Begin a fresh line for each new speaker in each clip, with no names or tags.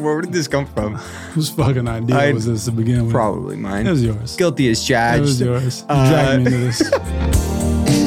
Where did this come from?
Whose fucking idea
I-
was this to begin with?
Probably mine.
It was yours.
Guilty as
It
charged.
was yours. You
Uh,
dragged me into this.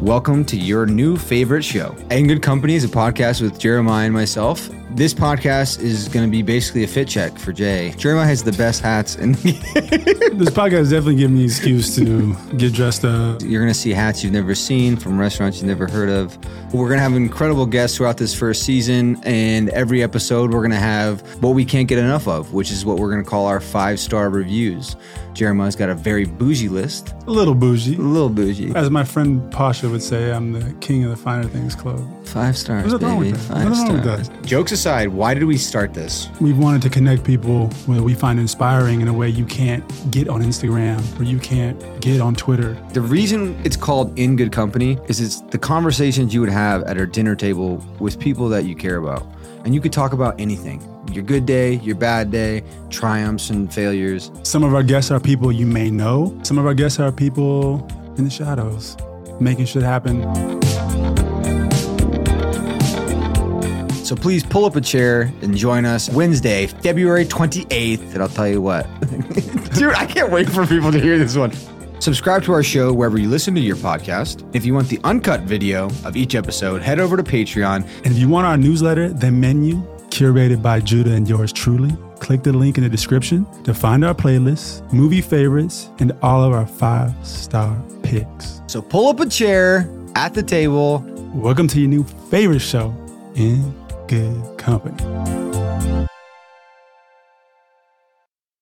Welcome to your new favorite show. In Good Company is a podcast with Jeremiah and myself. This podcast is going to be basically a fit check for Jay. Jeremiah has the best hats, and
this podcast is definitely giving me an excuse to get dressed up.
you're going to see hats you've never seen from restaurants you've never heard of. We're going to have incredible guests throughout this first season, and every episode we're going to have what we can't get enough of, which is what we're going to call our five star reviews. Jeremiah's got a very bougie list,
A little bougie.
a little bougie.
As my friend Pasha would say, I'm the king of the finer things club.
Five stars,
What's wrong
baby.
with that?
Five
What's wrong with
stars. Jokes aside, why did we start this?
We've wanted to connect people that we find inspiring in a way you can't get on Instagram or you can't get on Twitter.
The reason it's called In Good Company is it's the conversations you would have at a dinner table with people that you care about. And you could talk about anything your good day, your bad day, triumphs and failures.
Some of our guests are people you may know. Some of our guests are people in the shadows, making shit happen.
So please pull up a chair and join us Wednesday, February 28th. And I'll tell you what, dude, I can't wait for people to hear this one. Subscribe to our show wherever you listen to your podcast. If you want the uncut video of each episode, head over to Patreon
And if you want our newsletter, The Menu, curated by Judah and yours truly, click the link in the description to find our playlists, movie favorites, and all of our five star picks.
So pull up a chair at the table.
Welcome to your new favorite show, In Good Company.